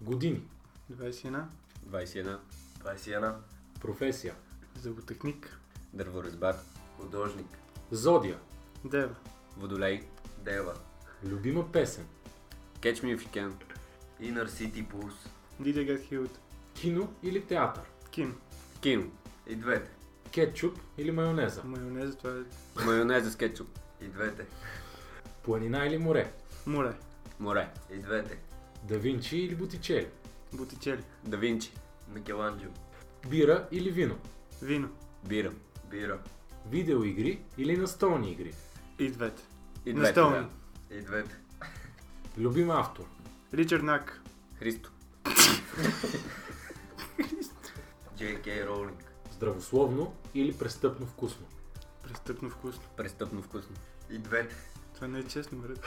Години. 21. 21. 21. Професия. Зъботехник. Дърворезбар. Художник. Зодия. Дева. Водолей. Дева. Любима песен. Catch me if you can. Inner City Pulse. Диде Гет Хилт. Кино или театър. Ким. Кино. И двете. Кетчуп или майонеза. Майонеза, това е Майонеза с кетчуп. И двете. Планина или море. море. Море. И двете. Да Винчи или Бутичели. Бутичели. Да Винчи. Микеланджело. Бира или вино. Вино. Бира. Бира. Видеоигри или настолни игри. И двете. И двете, Настолни. да. И двете. Любим автор. Ричард Нак. Христо. Джей Кей Роулинг. Здравословно или престъпно вкусно. Престъпно вкусно. Престъпно вкусно. И двете. Това не е честно, брат.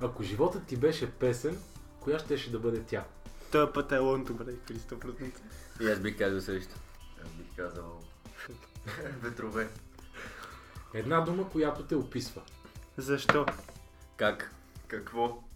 Ако животът ти беше песен, коя щеше да бъде тя? Той път е лонто, брат, при 100%. И аз бих казал също. Аз бих казал... Ветрове. Една дума, която те описва. Защо? Как? Какво?